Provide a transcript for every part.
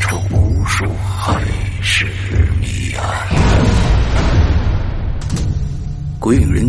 出无数海市谜案。鬼影人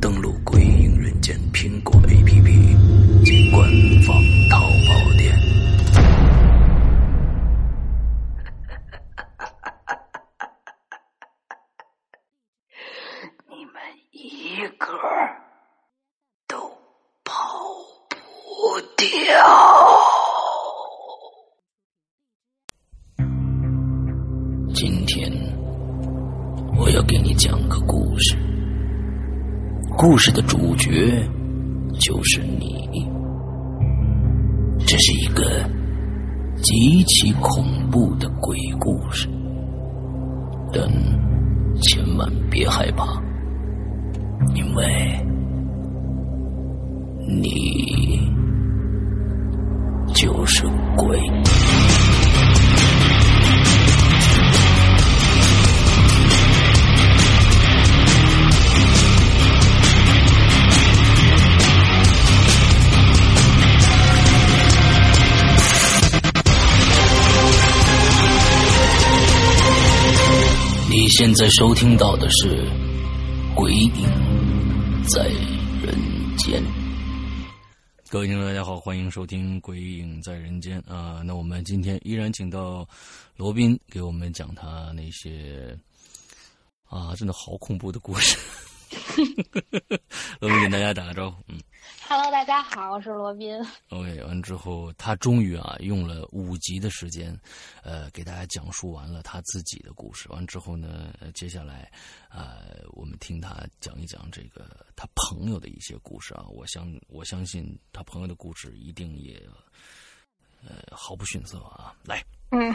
登录《鬼影人间》苹果 APP 及官方淘宝店。你们一个都跑不掉。今天我要给你讲个故事，故事的主角就是你。这是一个极其恐怖的鬼故事，但千万别害怕，因为你就是鬼。你现在收听到的是《鬼影在人间》。各位听众，大家好，欢迎收听《鬼影在人间》啊、那我们今天依然请到罗宾给我们讲他那些啊，真的好恐怖的故事。 罗宾给大家打个招呼，嗯 Hello，大家好，我是罗宾。 ，OK，完之后，他终于啊用了五集的时间，呃，给大家讲述完了他自己的故事。完之后呢，呃接下来，呃，我们听他讲一讲这个他朋友的一些故事啊。我相我相信他朋友的故事一定也，呃，毫不逊色啊。来，嗯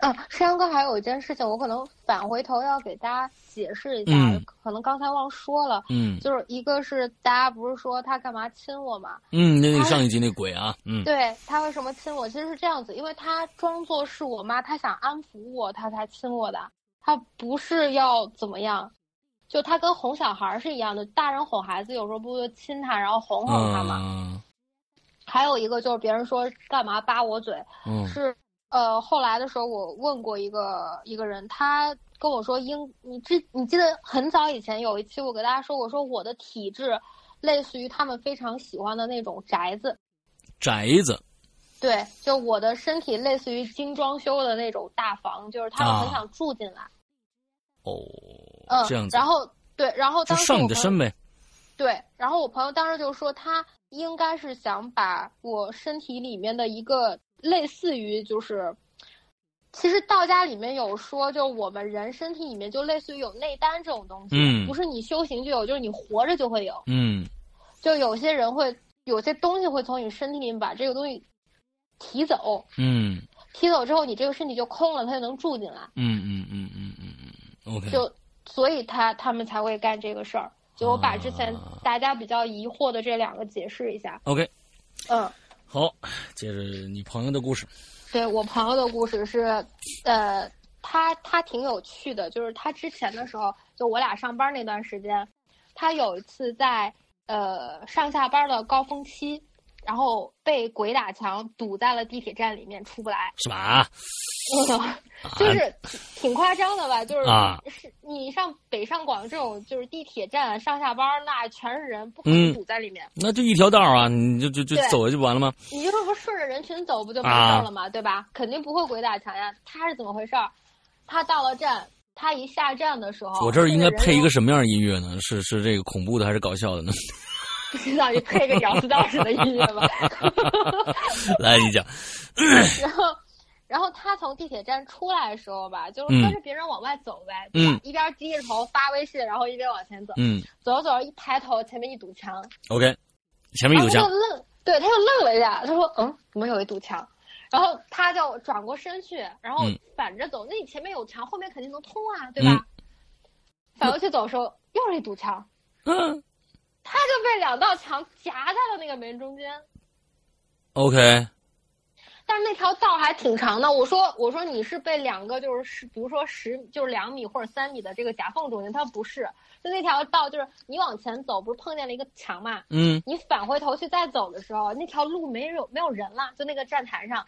嗯，山哥还有一件事情，我可能返回头要给大家解释一下，嗯可能刚才忘说了，嗯就是一个是大家不是说他干嘛亲我嘛？嗯，那个上一集那鬼啊，嗯对他为什么亲我？其实是这样子，因为他装作是我妈，他想安抚我，他才亲我的，他不是要怎么样。就他跟哄小孩儿是一样的，大人哄孩子有时候不就亲他，然后哄哄他嘛。嗯还有一个就是别人说干嘛扒我嘴，嗯是呃，后来的时候我问过一个一个人，他跟我说英，你之你记得很早以前有一期我给大家说，我说我的体质类似于他们非常喜欢的那种宅子，宅子，对，就我的身体类似于精装修的那种大房，就是他们很啊想住进来，哦，嗯，这样子，然后对，然后就当时上我你的朋友身呗，对，然后我朋友当时就说，他应该是想把我身体里面的一个类似于就是，其实道家里面有说，就我们人身体里面就类似于有内丹这种东西，嗯不是你修行就有，就是你活着就会有。嗯就有些人会有些东西会从你身体里面把这个东西提走，嗯提走之后你这个身体就空了，它就能住进来。嗯嗯嗯嗯嗯嗯，OK，就所以他他们才会干这个事儿。就我把之前啊大家比较疑惑的这两个解释一下， OK，嗯。好，接着你朋友的故事。对我朋友的故事是，呃，他他挺有趣的，就是他之前的时候，就我俩上班那段时间，他有一次在呃上下班的高峰期，然后被鬼打墙堵在了地铁站里面出不来， 是吧？就是挺挺夸张的吧？就是、啊是你上北上广这种就是地铁站上下班那全是人，不可嗯能堵在里面，那就一条道啊，你就就就对走下去完了吗？你就是不顺着人群走，不就没事啊儿了吗？对吧？肯定不会鬼打墙呀。他是怎么回事儿？他到了站，他一下站的时候，我这儿应该配一个哦这什么样的音乐呢？是是这个恐怖的还是搞笑的呢？ 人就，不知道你配个屌丝道士的音乐吧。来，你讲。 然后，然后他从地铁站出来的时候吧，就嗯是跟着别人往外走呗，嗯一边低着头发微信，然后一边往前走，嗯走着走着一抬头，前面一堵墙， ，OK，前面然有后他家就，愣，对，他就愣了一下，他说：“嗯，怎么有一堵墙？”然后他就转过身去，然后嗯反着走。那你前面有墙，后面肯定能通啊，对吧？反过去走的时候，又是一堵墙，嗯他就被两道墙夹在了那个门中间。 ，OK，但是那条道还挺长的，我说我说你是被两个就是十，比如说十就是两米或者三米的这个夹缝中间，他不是，就那条道就是你往前走，不是碰见了一个墙嘛，嗯，你返回头去再走的时候，那条路没有没有人了，就那个站台上。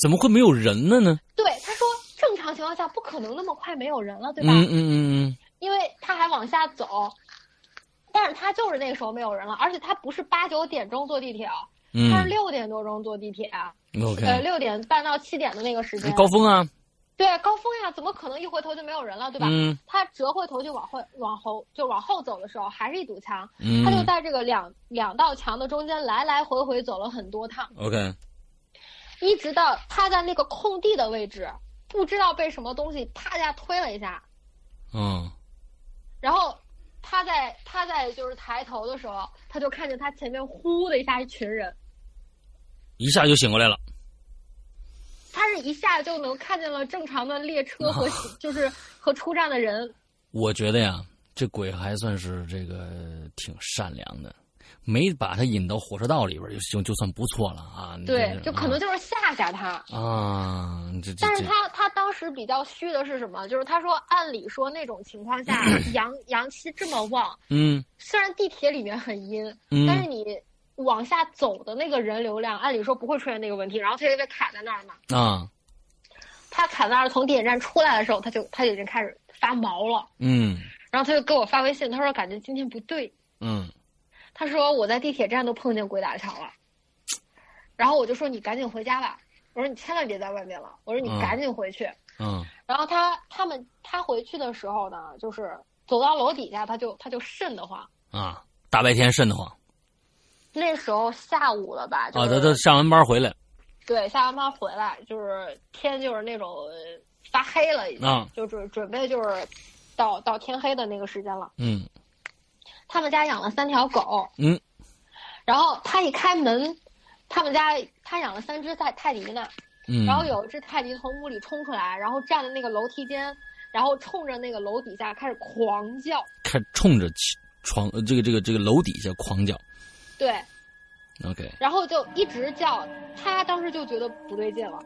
怎么会没有人了呢？对，他说正常情况下不可能那么快没有人了，对吧？嗯嗯嗯因为他还往下走，但是他就是那个时候没有人了，而且他不是八九点钟坐地铁，啊，他嗯是六点多钟坐地铁啊，嗯，OK，呃，六点半到七点的那个时间。高峰啊，对高峰呀，怎么可能一回头就没有人了，对吧？嗯他折回头就往后往后就往后走的时候，还是一堵墙，嗯他就在这个两两道墙的中间来来回回走了很多趟。 ，OK，一直到他在那个空地的位置，不知道被什么东西啪一下推了一下，嗯然后他在他在就是抬头的时候，他就看见他前面呼的一下一群人，一下就醒过来了，他是一下就能看见了正常的列车和就是和出站的人。我觉得呀，这鬼还算是这个挺善良的。没把他引到火车道里边儿就就就算不错了啊！你真对是，就可能就是吓吓他。啊，啊这这但是这他他当时比较虚的是什么？就是他说，按理说那种情况下阳阳气这么旺，嗯虽然地铁里面很阴，嗯，但是你往下走的那个人流量，按理说不会出现那个问题。然后他就被卡在那儿嘛，啊他卡在那儿，从地铁站出来的时候，他就他就已经开始发毛了。嗯然后他就给我发微信，他说感觉今天不对，嗯他说我在地铁站都碰见鬼打墙了。然后我就说你赶紧回家吧，我说你千万别在外面了，我说你嗯赶紧回去。嗯然后他他们他回去的时候呢，就是走到楼底下，他就他就瘆得慌。啊，大白天瘆得慌那时候下午了吧？就啊！是他他上完班回来对，下完班回来就是天就是那种呃发黑了，已经、啊，就是准备就是到到天黑的那个时间了。嗯他们家养了三条狗，嗯，然后他一开门，他们家他养了三只泰泰迪呢，嗯，然后有一只泰迪从屋里冲出来，然后站在那个楼梯间，然后冲着那个楼底下开始狂叫，开冲着起床呃这个这个这个楼底下狂叫对， ，OK，然后就一直叫，他当时就觉得不对劲了。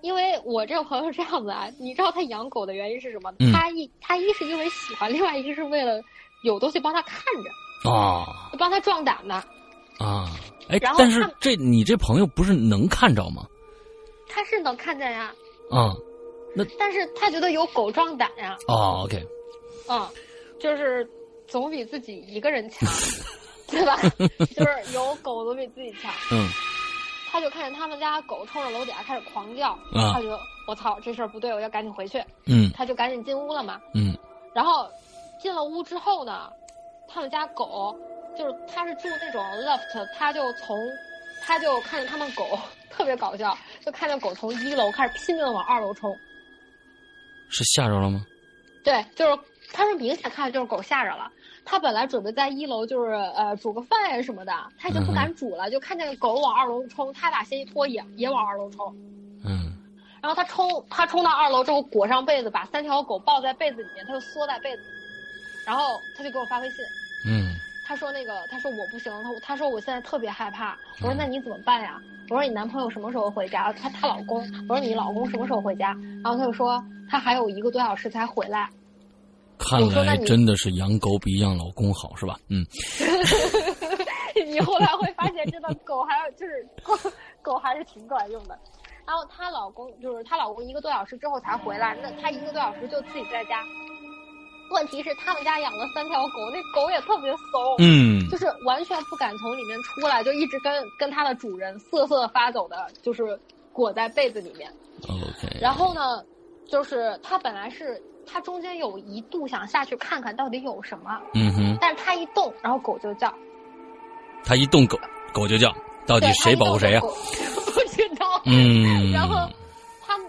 因为我这个朋友是这样子啊，你知道他养狗的原因是什么？嗯他一他一是因为喜欢，另外一个是为了有东西帮他看着，啊帮他壮胆呢。啊，哎，然后但是他这你这朋友不是能看着吗？他是能看见呀，啊但是他觉得有狗壮胆呀，哦，OK，嗯，就是总比自己一个人 强，对吧？就是有狗总比自己强。嗯他就看见他们家狗冲着楼底下开始狂叫，啊他就我操，这事儿不对，我要赶紧回去。嗯他就赶紧进屋了嘛。嗯然后进了屋之后呢，他们家狗就是他是住那种 loft，他就从他就看见他们狗 特别搞笑，就看见狗从一楼开始拼命的往二楼冲，是吓着了吗？对，就是他是明显看见就是狗吓着了。他本来准备在一楼就是呃煮个饭呀什么的，他已经不敢煮了，就看见狗往二楼冲，他把鞋一脱也也往二楼冲。嗯然后他冲他冲到二楼之后，裹上被子，把三条狗抱在被子里面，他就缩在被子里，然后他就给我发微信，嗯他说那个他说我不行，他他说我现在特别害怕，我说嗯那你怎么办呀？我说你男朋友什么时候回家？他他老公，我说你老公什么时候回家？然后他就说他还有一个多小时才回来， 看我说那来你真的是养狗比养老公好是吧？嗯，你后来会发现，真的狗还有就是狗狗还是挺管用的。然后她老公就是她老公一个多小时之后才回来，那她一个多小时就自己在家。问题是他们家养了三条狗，那狗也特别怂，嗯就是完全不敢从里面出来，就一直跟跟它的主人瑟瑟发抖的，就是裹在被子里面。嗯，OK，然后呢，就是她本来是她中间有一度想下去看看到底有什么，嗯哼，但是她一动，然后狗就叫。他一动狗狗就叫，到底对， 谁保护谁呀、啊他一动手狗不知道。嗯，然后他们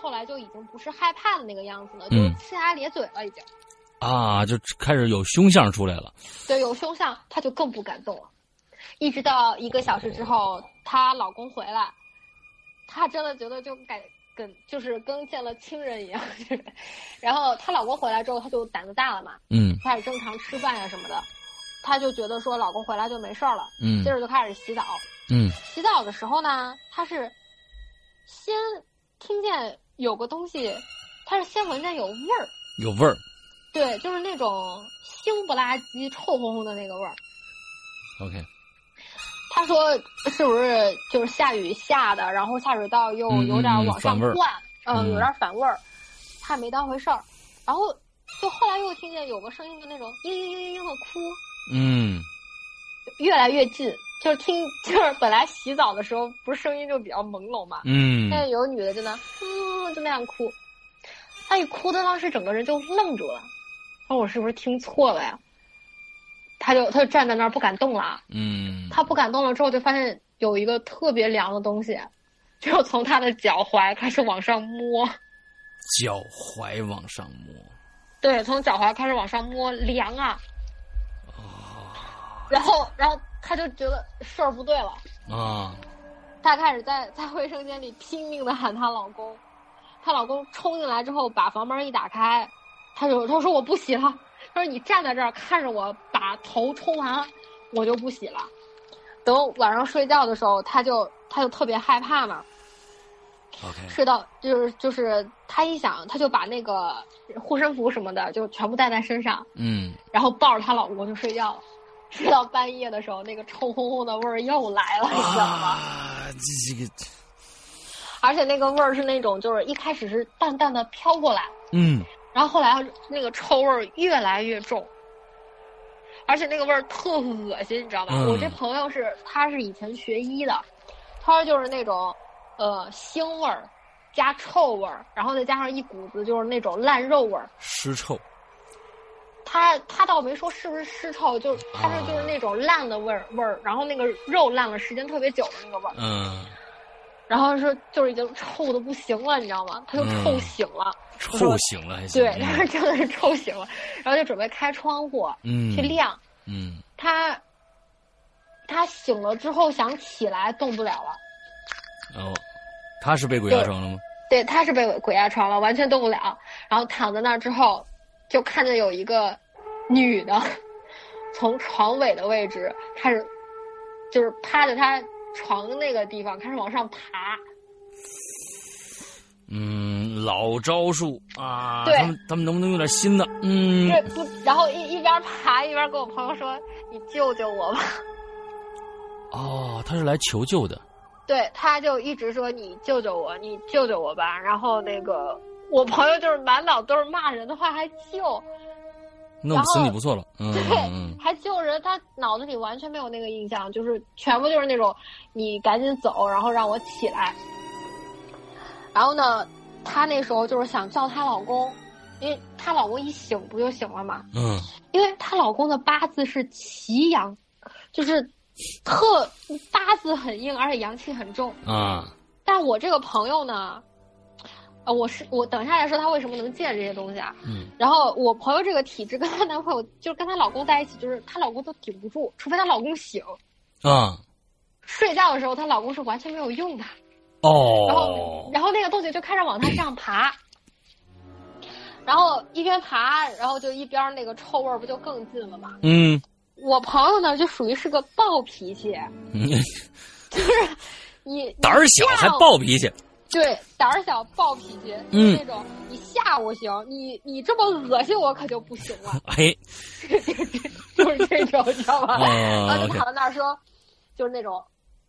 后来就已经不是害怕的那个样子了，就嗯呲牙咧嘴了，已经。啊，就开始有凶相出来了。对，有凶相，她就更不敢动了。一直到一个小时之后，她老公回来，她真的觉得就感跟就是跟见了亲人一样。就是然后她老公回来之后，她就胆子大了嘛，嗯开始正常吃饭呀、什么的。她就觉得说老公回来就没事儿了，嗯接着就开始洗澡。嗯洗澡的时候呢，她是先听见有个东西，她是先闻见有味儿，有味儿。对，就是那种腥不拉几、臭烘烘的那个味儿。 OK，他说是不是就是下雨下的，然后下水道又嗯嗯有点往上反味儿灌，嗯嗯有点反味儿，他也没当回事儿。然后就后来又听见有个声音，就那种嘤嘤嘤嘤嘤的哭，嗯越来越近，就是听， 就是本来洗澡的时候不是声音就比较朦胧嘛，嗯现在有个女的就那嗯就那样哭，她一哭，她当时整个人就愣住了，她说我是不是听错了呀？她就她就站在那儿不敢动了。啊嗯，他不敢动了之后，就发现有一个特别凉的东西，就从他的脚踝开始往上摸。脚踝往上摸。对，从脚踝开始往上摸，凉啊。然后，然后他就觉得事儿不对了，啊，她开始在在卫生间里拼命的喊她老公，她老公冲进来之后把房门一打开，她就她说我不洗了，她说你站在这儿看着我把头冲完，我就不洗了。等晚上睡觉的时候，她就她就特别害怕嘛， OK，睡到就是就是她一想，她就把那个护身符什么的就全部带在身上，嗯，然后抱着她老公就睡觉了。睡到半夜的时候，那个臭烘烘的味儿又来了，你知道吗？嗯啊，这这个，而且那个味儿是那种，就是一开始是淡淡的飘过来，嗯，然后后来那个臭味儿越来越重，而且那个味儿特恶心，你知道吧？嗯我这朋友是，他是以前学医的，他说就是那种，呃，腥味儿加臭味儿，然后再加上一股子就是那种烂肉味儿。尸臭。他他倒没说是不是尸臭，就是他是就是那种烂的味儿味儿，然后那个肉烂了时间特别久的那个味儿。嗯，然后说就是已经臭的不行了，你知道吗？他就臭嗯醒了，臭醒了还行。对，他是 真的是臭醒了，然后就准备开窗户嗯，去晾。嗯，他他醒了之后想起来动不了了，然后哦他是被鬼压床了吗？对，他是被鬼压床了，完全动不了。然后躺在那儿之后，就看见有一个女的从床尾的位置开始，就是趴在他床那个地方开始往上爬。嗯，老招数啊，对他们他们能不能用点新的？嗯，对，不，然后一一边爬一边跟我朋友说：“你救救我吧。”哦，他是来求救的。对，他就一直说你救救我，你救救我吧。然后那个我朋友就是满脑都是骂人的话，还救，弄死然后你不错了，嗯对，嗯还救人，他脑子里完全没有那个印象，就是全部就是那种你赶紧走，然后让我起来。然后呢，她那时候就是想叫她老公，因为她老公一醒不就醒了嘛？嗯嗯，因为她老公的八字是奇阳，就是特八字很硬，而且阳气很重。嗯啊，但我这个朋友呢，呃，我是我等一下再说她为什么能见这些东西啊。嗯然后我朋友这个体质跟她男朋友，就是跟她老公在一起，就是她老公都顶不住，除非她老公醒。啊，睡觉的时候，她老公是完全没有用的。然后，哦，然后那个东西就开始往她身上爬，然后一边爬，然后就一边那个臭味儿不就更近了吗？嗯，我朋友呢，就属于是个暴脾气，嗯就是你你胆儿小还吓我暴脾气，对，胆儿小、暴脾气，嗯，那种你吓我行，你你这么恶心我可就不行了 哎，就是这种，你知道吗？然啊后就，OK，躺在那儿说，就是那种，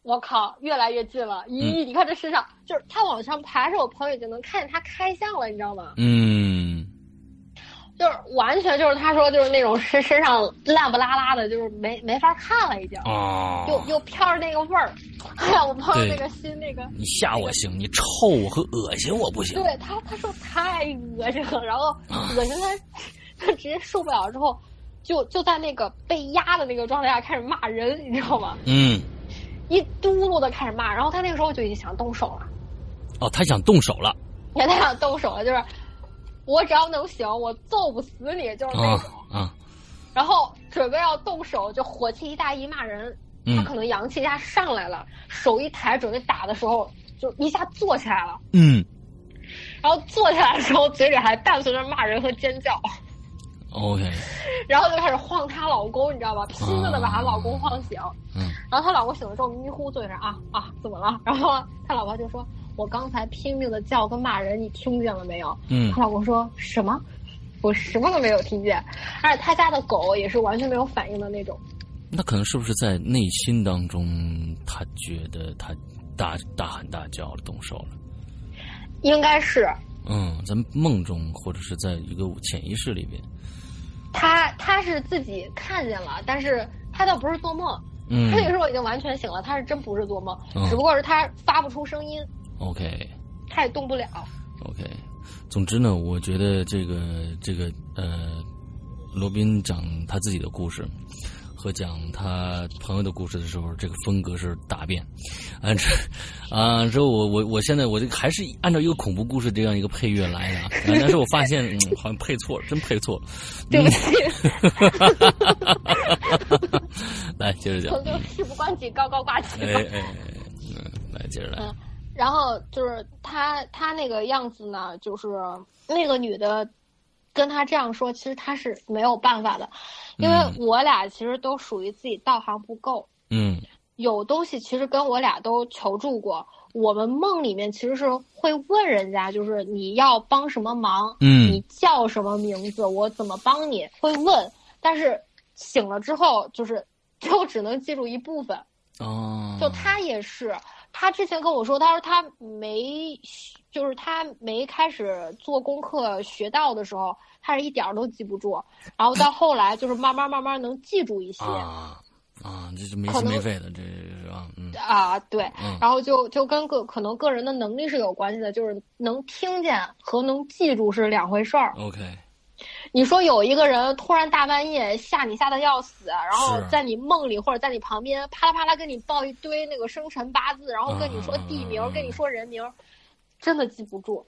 我靠，越来越近了，嗯咦，你看这身上，就是他往上爬的时候，我朋友已经能看见他开相了，你知道吗？嗯，就是完全就是他说就是那种身身上烂不拉拉的，就是没没法看了，已经，哦，又又飘着那个味儿， 哎呀，我朋友对那个心那个。你吓我行，你臭我和恶心我不行，对他，他说太恶心了，然后恶心 他，他直接受不了之后，就就在那个被压的那个状态下开始骂人，你知道吗？嗯，一嘟噜的开始骂，然后他那个时候就已经想动手了。哦，他想动手了，也太想动手了，就是我只要能行，我揍不死你，就是那啊种。啊，然后准备要动手，就火气一大一骂人，他嗯可能阳气一下上来了，手一抬准备打的时候，就一下坐起来了。嗯，然后坐起来的时候，嘴里还伴随着骂人和尖叫， ，OK，然后就开始晃她老公，你知道啊吧？拼命的把她老公晃醒。嗯然后她老公醒了之后迷糊醉着啊啊，怎么了？然后她老婆就说：“我刚才拼命的叫跟骂人，你听见了没有？”嗯她老公说什么？我什么都没有听见，而且她家的狗也是完全没有反应的那种。那可能是不是在内心当中，他觉得他大大喊大叫了，动手了？应该是嗯，咱们梦中或者是在一个潜意识里边，她，她是自己看见了，但是她倒不是做梦。嗯她那个时候已经完全醒了，她是真不是做梦，嗯只不过是她发不出声音， ，OK，她也动不了。 OK，总之呢，我觉得这个这个呃，罗宾讲他自己的故事和讲他朋友的故事的时候，这个风格是大变。按照啊，之后我我我现在我这个还是按照一个恐怖故事这样一个配乐来的啊，啊但是我发现嗯，好像配错了，真配错了。对不起，来接着讲我，就事不关己高高挂起。哎哎哎，嗯，来接着来，然后就是她，她那个样子呢，就是那个女的跟她这样说，其实她是没有办法的，因为嗯我俩其实都属于自己道行不够，嗯有东西其实跟我俩都求助过。我们梦里面其实是会问人家，就是你要帮什么忙，你嗯叫什么名字，我怎么帮你，会问。但是醒了之后，就是 就只能记住一部分。哦，就他也是，他之前跟我说，他说他没学，就是他没开始做功课学到的时候，他是一点儿都记不住，然后到后来就是慢慢慢慢能记住一些。啊啊，这是没可心能没肺的，这是吧？嗯啊，对，嗯然后就就跟个可能个人的能力是有关系的，就是能听见和能记住是两回事儿。 ，OK，你说有一个人突然大半夜吓你吓得要死，然后是在你梦里或者在你旁边啪啦啪啦跟你报一堆那个生辰八字，然后跟你说地名，嗯嗯嗯跟你说人名，真的记不住。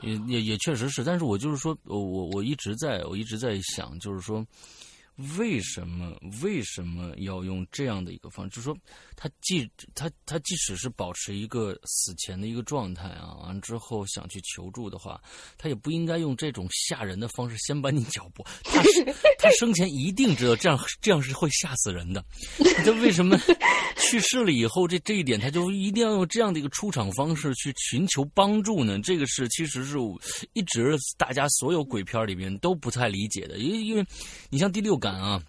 也也也确实是，但是我就是说，我我我一直在我一直在想，就是说，为什么为什么要用这样的一个方式？就是说，他即他他即使是保持一个死前的一个状态啊，完了之后想去求助的话，他也不应该用这种吓人的方式先把你 搅拨。他是 他生前一定知道这样这样是会吓死人的，他为什么去世了以后，这这一点他就一定要用这样的一个出场方式去寻求帮助呢？这个是其实是我一直大家所有鬼片里面都不太理解的，因为因为你像第六感啊。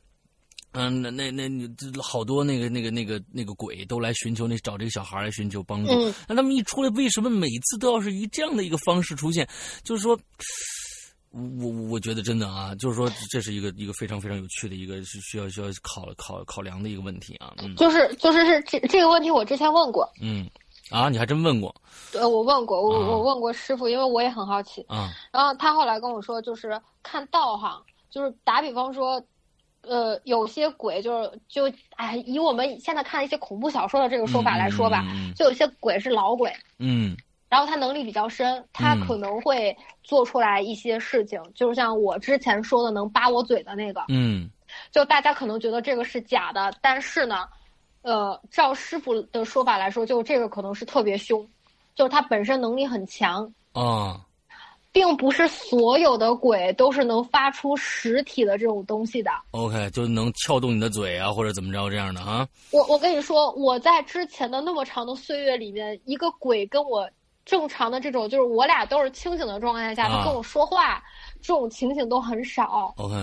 嗯，那那那你这好多那个那个那个那个鬼都来寻求那找这个小孩来寻求帮助，嗯那他们一出来，为什么每次都要是以这样的一个方式出现？就是说，我我我觉得真的啊，就是说这是一个一个非常非常有趣的一个是需要需要考考考量的一个问题啊，嗯就是就是是这这个问题我之前问过，嗯，啊，你还真问过呃，我问过，我啊我问过师傅，因为我也很好奇。啊，然后他后来跟我说，就是看道行，就是打比方说，呃，有些鬼就是就哎，以我们现在看一些恐怖小说的这个说法来说吧，嗯就有些鬼是老鬼，嗯然后他能力比较深，他可能会做出来一些事情，就是像我之前说的能扒我嘴的那个，嗯就大家可能觉得这个是假的，但是呢，呃，照师傅的说法来说，就这个可能是特别凶，就是他本身能力很强，嗯啊，并不是所有的鬼都是能发出实体的这种东西的。 OK，就能撬动你的嘴啊，或者怎么着这样的啊，我我跟你说，我在之前的那么长的岁月里面，一个鬼跟我正常的这种，就是我俩都是清醒的状态下，啊他跟我说话，这种情形都很少。 ，OK，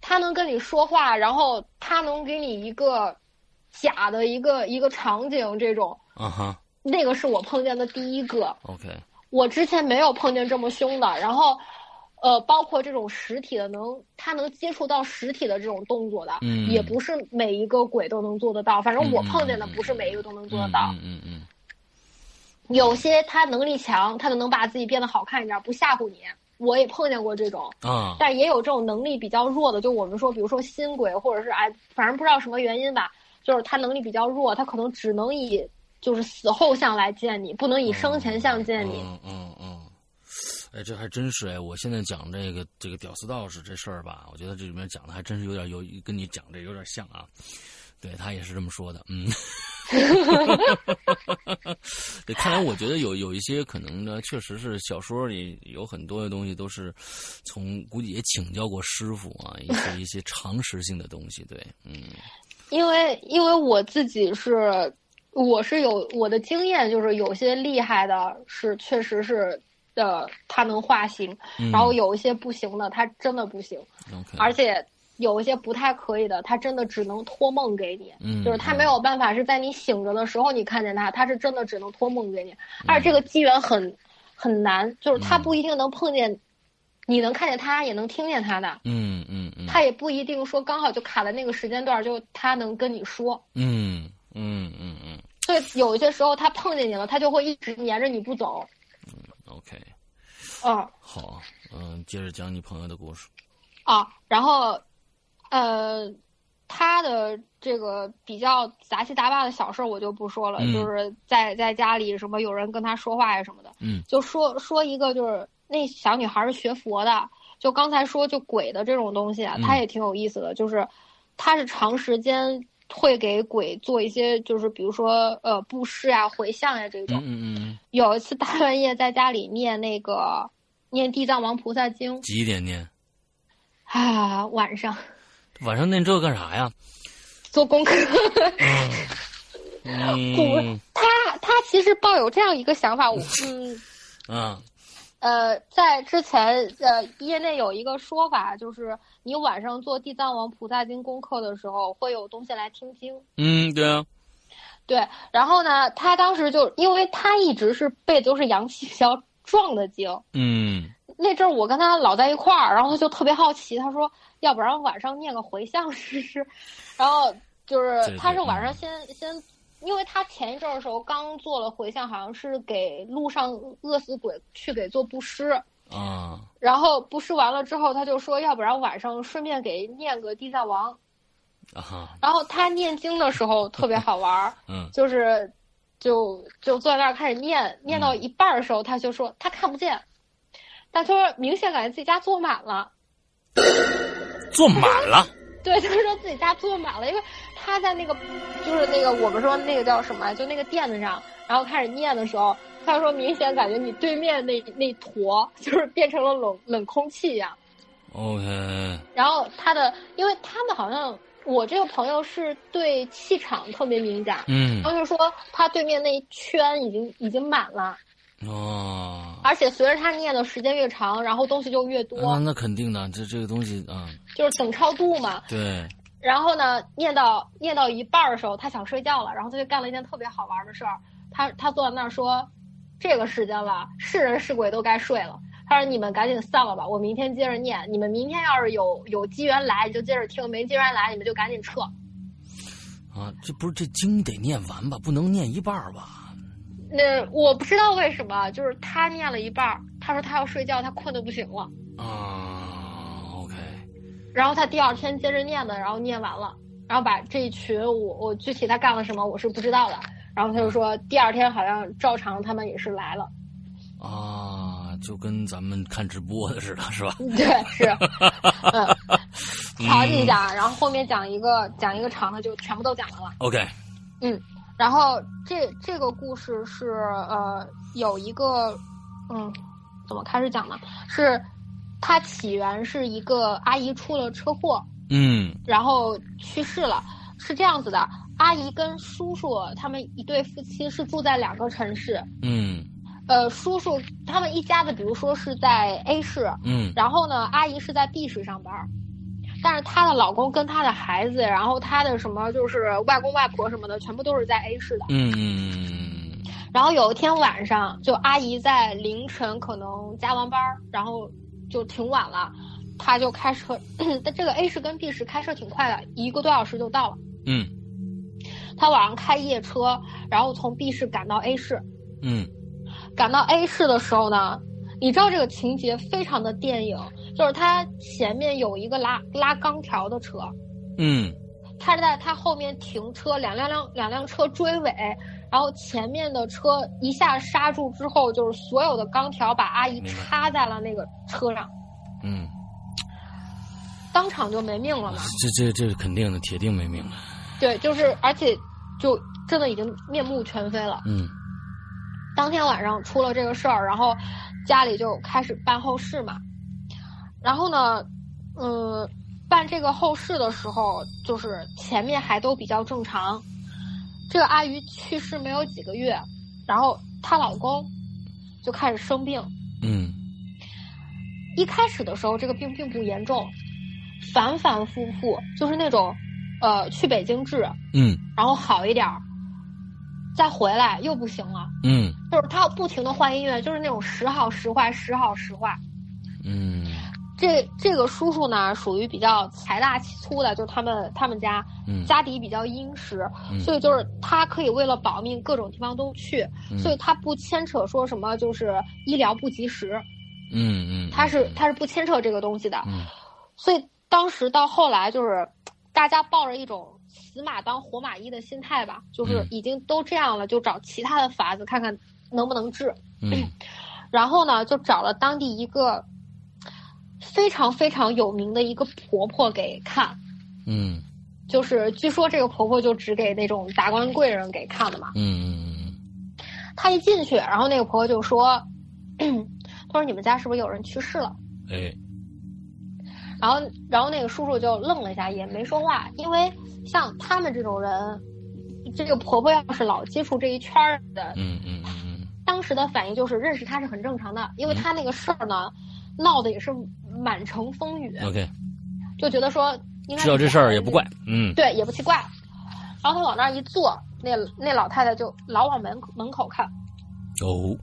他能跟你说话，然后他能给你一个假的一个一个场景，这种啊哈那个是我碰见的第一个。 ，OK，我之前没有碰见这么凶的，然后，呃，包括这种实体的能，他能接触到实体的这种动作的，嗯也不是每一个鬼都能做得到。反正我嗯嗯碰见的嗯不是每一个都能做得嗯到，嗯嗯有些他能力强，他就能把自己变得好看一点，不吓唬你。我也碰见过这种，嗯啊，但也有这种能力比较弱的，就我们说，比如说新鬼，或者是哎，反正不知道什么原因吧，就是他能力比较弱，他可能只能以就是死后相来见你，不能以生前相见你。嗯嗯嗯哎，这还真是哎！我现在讲这个这个屌丝道士这事儿吧，我觉得这里面讲的还真是有点有跟你讲这有点像啊。对他也是这么说的，嗯。 对，看来我觉得有有一些可能呢，确实是小说里有很多的东西都是从估计也请教过师傅啊，一些一些常识性的东西。对，嗯。因为因为我自己是我是有我的经验，就是有些厉害的是确实是。的他能化形，嗯然后有一些不行的，他真的不行， OK，而且有一些不太可以的，他真的只能托梦给你，嗯就是他没有办法是在你醒着的时候你看见他，他是真的只能托梦给嗯你，而且这个机缘很很难，就是他不一定能碰见，你能看见他也能听见他的，嗯嗯嗯他也不一定说刚好就卡在那个时间段，就他能跟你说，嗯嗯嗯嗯所以有一些时候他碰见你了，他就会一直黏着你不走， ，OK，嗯。好，嗯，接着讲你朋友的故事。啊，然后，呃，他的这个比较杂七杂八的小事儿我就不说了，嗯就是在在家里什么有人跟他说话呀什么的，嗯，就说说一个就是那小女孩儿是学佛的，就刚才说就鬼的这种东西啊，嗯她也挺有意思的，就是她是长时间会给鬼做一些就是比如说呃布施呀、回向呀这种。嗯嗯嗯，有一次大半夜在家里念那个念地藏王菩萨经几点念？啊，晚上。晚上念这干啥呀？做功课。嗯他他其实抱有这样一个想法，我嗯啊呃，在之前呃，业内有一个说法，就是你晚上做地藏王菩萨经功课的时候，会有东西来听经。嗯，对啊，对，然后呢，他当时就因为他一直是背的都是阳气比较壮的经，嗯那阵儿我跟他老在一块儿，然后他就特别好奇，他说要不然晚上念个回向试试，然后就是对他是对晚上嗯先先，因为他前一阵儿的时候刚做了回向，好像是给路上饿死鬼去给做布施，啊然后布施完了之后，他就说要不然晚上顺便给念个地藏王，啊哈，然后他念经的时候特别好玩儿， 嗯就是就就坐在那儿开始念，念嗯到一半儿的时候，他就说他看不见，但他说明显感觉自己家坐满了。坐满了。对，他说自己家坐满了，因为他在那个就是那个我们说那个叫什么，啊就那个垫子上，然后开始念的时候，他说明显感觉你对面那那坨就是变成了冷冷空气一样。 OK，然后他的，因为他们好像我这个朋友是对气场特别敏感，嗯然后就说他对面那一圈已经已经满了。哦，而且随着他念的时间越长，然后东西就越多，啊，那肯定的，这这个东西啊，就是等超度嘛。对，然后呢，念到念到一半儿的时候，他想睡觉了，然后他就干了一件特别好玩的事儿。他他坐在那儿说：“这个时间了，是人是鬼都该睡了。”他说：“你们赶紧散了吧，我明天接着念。你们明天要是有有机缘来，你就接着听；没机缘来，你们就赶紧撤。啊，这不是这经得念完吧？不能念一半儿吧？那”我不知道为什么，就是他念了一半儿，他说他要睡觉，他困得不行了。啊，OK，然后他第二天接着念的，然后念完了，然后把这一群我我具体他干了什么我是不知道的。然后他就说第二天好像照常他们也是来了， 啊，就跟咱们看直播的似的，是吧？对，是，嗯，调剂一下，然后后面讲一个讲一个长的就全部都讲完了。嗯 OK，然后这这个故事是呃有一个嗯怎么开始讲呢？是它起源是一个阿姨出了车祸，嗯然后去世了。是这样子的，阿姨跟叔叔他们一对夫妻是住在两个城市，嗯呃，叔叔他们一家子，比如说是在 A 市，嗯然后呢，阿姨是在 B 市上班儿，但是她的老公跟她的孩子，然后她的什么就是外公外婆什么的，全部都是在 A 市的。嗯嗯然后有一天晚上，就阿姨在凌晨可能加完班儿，然后就挺晚了，她就开车， 但这个 A 市跟 B 市开车挺快的，一个多小时就到了。嗯他晚上开夜车，然后从 B 市赶到 A 市。嗯赶到 A 市的时候呢，你知道这个情节非常的电影，就是他前面有一个拉拉钢条的车，嗯他是在他后面停车，两辆辆两辆车追尾，然后前面的车一下刹住之后，就是所有的钢条把阿姨明白插在了那个车上，嗯，当场就没命了嘛。这这这是肯定的，铁定没命了。对，就是而且就真的已经面目全非了。嗯当天晚上出了这个事儿，然后家里就开始办后事嘛。然后呢，嗯，办这个后事的时候，就是前面还都比较正常。这个阿姨去世没有几个月，然后她老公就开始生病。嗯一开始的时候，这个病并不严重，反反复复，就是那种，呃，去北京治，嗯然后好一点儿，再回来又不行了。嗯就是他不停的换音乐，就是那种时好时坏，时好时坏。嗯这这个叔叔呢，属于比较财大气粗的，就是他们他们家嗯，家底比较殷实，嗯所以就是他可以为了保命，各种地方都去，嗯所以他不牵扯说什么就是医疗不及时，嗯嗯，他是他是不牵扯这个东西的。嗯所以当时到后来就是，大家抱着一种死马当活马医的心态吧，就是嗯已经都这样了，就找其他的法子看看能不能治。嗯然后呢，就找了当地一个非常非常有名的一个婆婆给看，嗯就是据说这个婆婆就只给那种达官贵人给看的嘛。嗯她一进去，然后那个婆婆就说：“ 她说你们家是不是有人去世了嗯，哎，？”然后，然后那个叔叔就愣了一下，也没说话，因为像他们这种人，这个婆婆要是老接触这一圈儿的，嗯嗯嗯当时的反应就是认识她是很正常的，因为她那个事儿呢，闹得也是满城风雨。嗯，OK，就觉得说应该知道这事儿也不怪，，嗯对，也不奇怪。然后他往那儿一坐，那那老太太就老往门门口看，哦，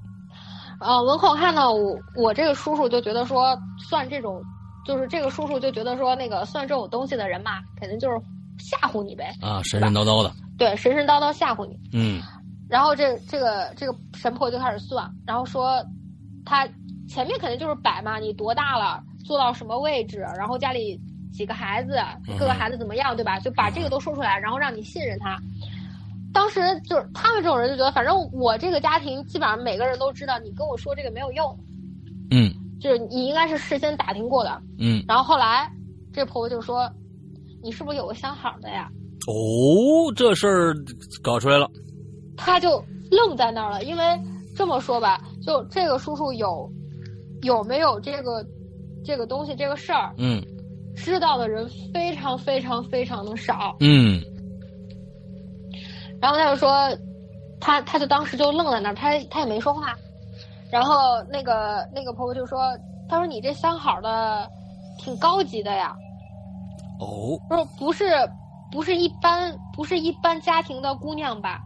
呃，门口看呢，我我这个叔叔就觉得说，算这种，就是这个叔叔就觉得说，那个算这种东西的人嘛，肯定就是吓唬你呗，啊，神神叨叨的，对，神神叨叨吓唬你。嗯然后这这个这个神婆就开始算，然后说，他前面肯定就是摆嘛，你多大了，坐到什么位置，然后家里几个孩子，嗯各个孩子怎么样，对吧？就把这个都说出来，然后让你信任他。当时就是他们这种人就觉得，反正我这个家庭基本上每个人都知道，你跟我说这个没有用，嗯就是你应该是事先打听过的。嗯，然后后来这婆婆就说，你是不是有个相好的呀？哦，这事儿搞出来了，他就愣在那儿了，因为这么说吧，就这个叔叔有有没有这个这个东西这个事儿，嗯知道的人非常非常非常的少。嗯然后他就说，他他就当时就愣在那儿，他他也没说话。然后那个那个婆婆就说，她说你这相好的挺高级的呀，哦，不是不是不是一般不是一般家庭的姑娘吧？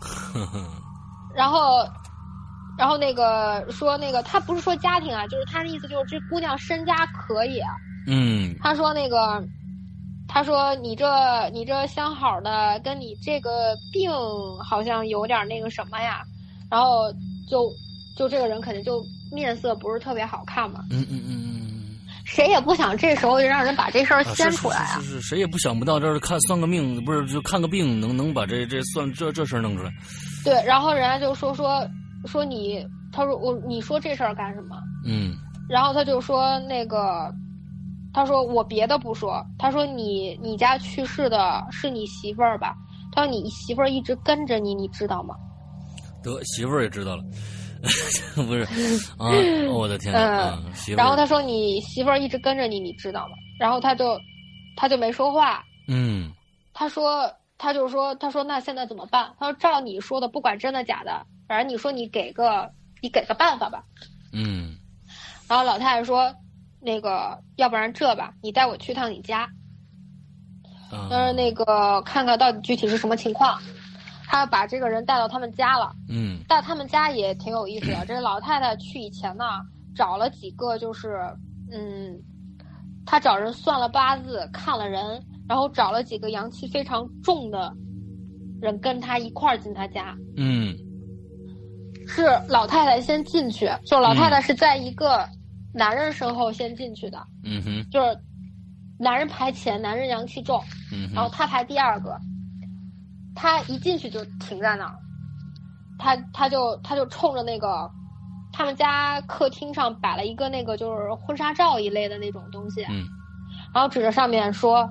呵呵，然后，然后那个说那个他不是说家庭啊，就是他的意思就是这姑娘身家可以啊。嗯他说那个，他说你这你这相好的跟你这个病好像有点那个什么呀，然后就就这个人肯定就面色不是特别好看嘛，嗯嗯嗯谁也不想这时候就让人把这事儿嗯，掀出来啊是。是是，谁也不想不到这儿看算个命，不是就看个病，能能把这这算这这事儿弄出来，对，然后人家就说说说你，他说我你说这事儿干什么？嗯然后他就说那个，他说我别的不说，他说你你家去世的是你媳妇儿吧？他说你媳妇儿一直跟着你，你知道吗？得媳妇儿也知道了， 不是啊，我的天哪，嗯啊媳妇儿，然后他说你媳妇儿一直跟着你，你知道吗？然后他就他就没说话，嗯他说他就说他说那现在怎么办？他说照你说的，不管真的假的，反正你说你给个你给个办法吧。嗯然后老太太说。那个，要不然这吧，你带我去趟你家，啊，但是那个看看到底具体是什么情况。他把这个人带到他们家了，嗯到他们家也挺有意思的。这老太太去以前呢，找了几个就是，嗯，她找人算了八字，看了人，然后找了几个阳气非常重的人跟她一块儿进她家。嗯。是老太太先进去，就老太太是在一个男人身后先进去的，嗯哼，就是男人排前，男人阳气重。嗯然后哼，他排第二个。他一进去就停在那儿，他他就他就冲着那个他们家客厅上摆了一个那个就是婚纱照一类的那种东西，嗯，然后指着上面说：“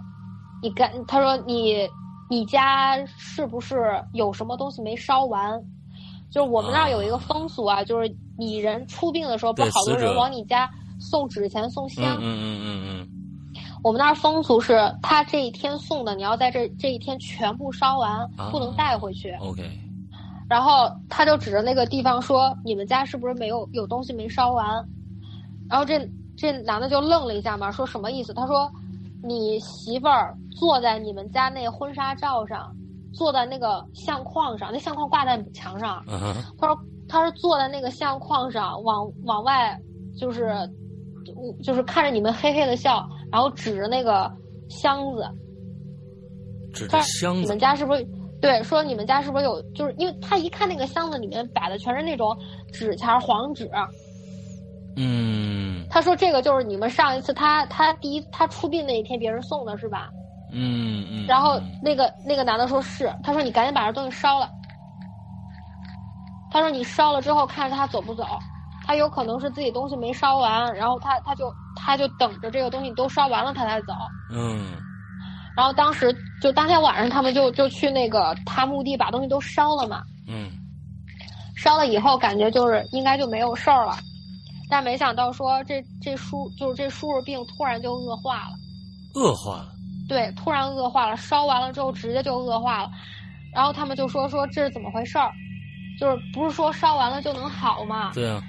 你干？”他说你你家是不是有什么东西没烧完？就是我们那儿有一个风俗啊，就是你人出殡的时候，不哦对是好多死者人往你家送纸钱、送香。嗯嗯嗯嗯我们那儿风俗是，他这一天送的，你要在这这一天全部烧完啊，不能带回去嗯。，OK，然后他就指着那个地方说：“你们家是不是没有有东西没烧完？”然后这这男的就愣了一下嘛，说什么意思？他说：“你媳妇儿坐在你们家那婚纱照上，坐在那个相框上，那相框挂在墙上。嗯哼，他说他是坐在那个相框上，往往外就是就是看着你们嘿嘿的笑，然后指着那个箱子，指着但箱你子们，家是不是？对，说你们家是不是有？就是因为他一看那个箱子里面摆的全是那种纸钱儿、黄纸，嗯他说这个就是你们上一次他他第一他出殡那一天别人送的是吧？嗯嗯，然后嗯那个那个男的说是，他说你赶紧把这东西烧了。他说你烧了之后看着他走不走，他有可能是自己东西没烧完，然后他他就他就等着这个东西都烧完了他才走。嗯然后当时就当天晚上他们就就去那个他墓地把东西都烧了嘛，嗯烧了以后感觉就是应该就没有事儿了，但没想到说这这叔就是这叔叔病突然就恶化了。恶化了，对，突然恶化了，烧完了之后直接就恶化了。然后他们就说说这是怎么回事儿，就是不是说烧完了就能好嘛？对啊，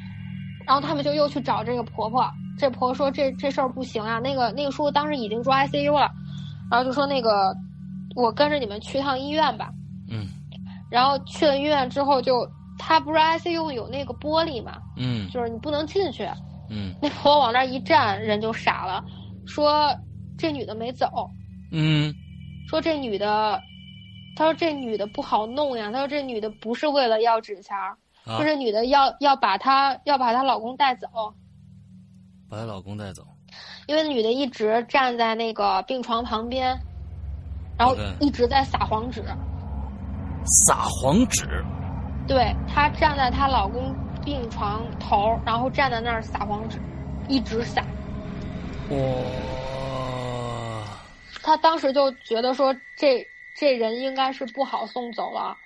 然后他们就又去找这个婆婆，这婆婆说这这事儿不行啊，那个那个叔叔当时已经住 ICU 了，然后就说那个我跟着你们去趟医院吧。嗯然后去了医院之后就，他不是 ICU 有那个玻璃嘛，嗯就是你不能进去，嗯那婆婆往那儿一站，人就傻了，说这女的没走，嗯说这女的，他说这女的不好弄呀，他说这女的不是为了要纸钱儿，啊说，这女的要要把她要把她老公带走，把她老公带走，因为女的一直站在那个病床旁边，然后 OK 一直在撒黄纸，撒黄纸，对她站在她老公病床头，然后站在那儿撒黄纸，一直撒，哇，她当时就觉得说这这人应该是不好送走了，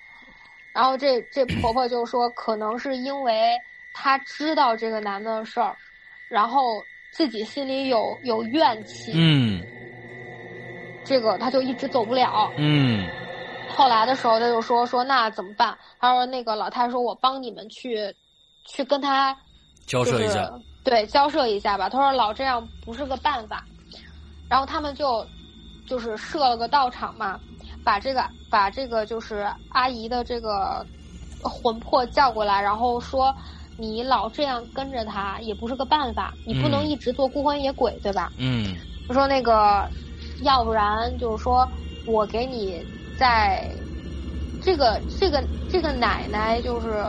然后这这婆婆就说，可能是因为她知道这个男的事儿，然后自己心里有有怨气，嗯这个她就一直走不了。嗯后来的时候，她就说说那怎么办？她说那个老太太说，我帮你们去去跟她交就涉是一下，对，交涉一下吧。他说老这样不是个办法，然后他们就就是设了个道场嘛，把这个把这个就是阿姨的这个魂魄叫过来，然后说你老这样跟着她也不是个办法，你不能嗯一直做孤魂野鬼，对吧？嗯我说那个，要不然就是说我给你在这个这个这个奶奶就是，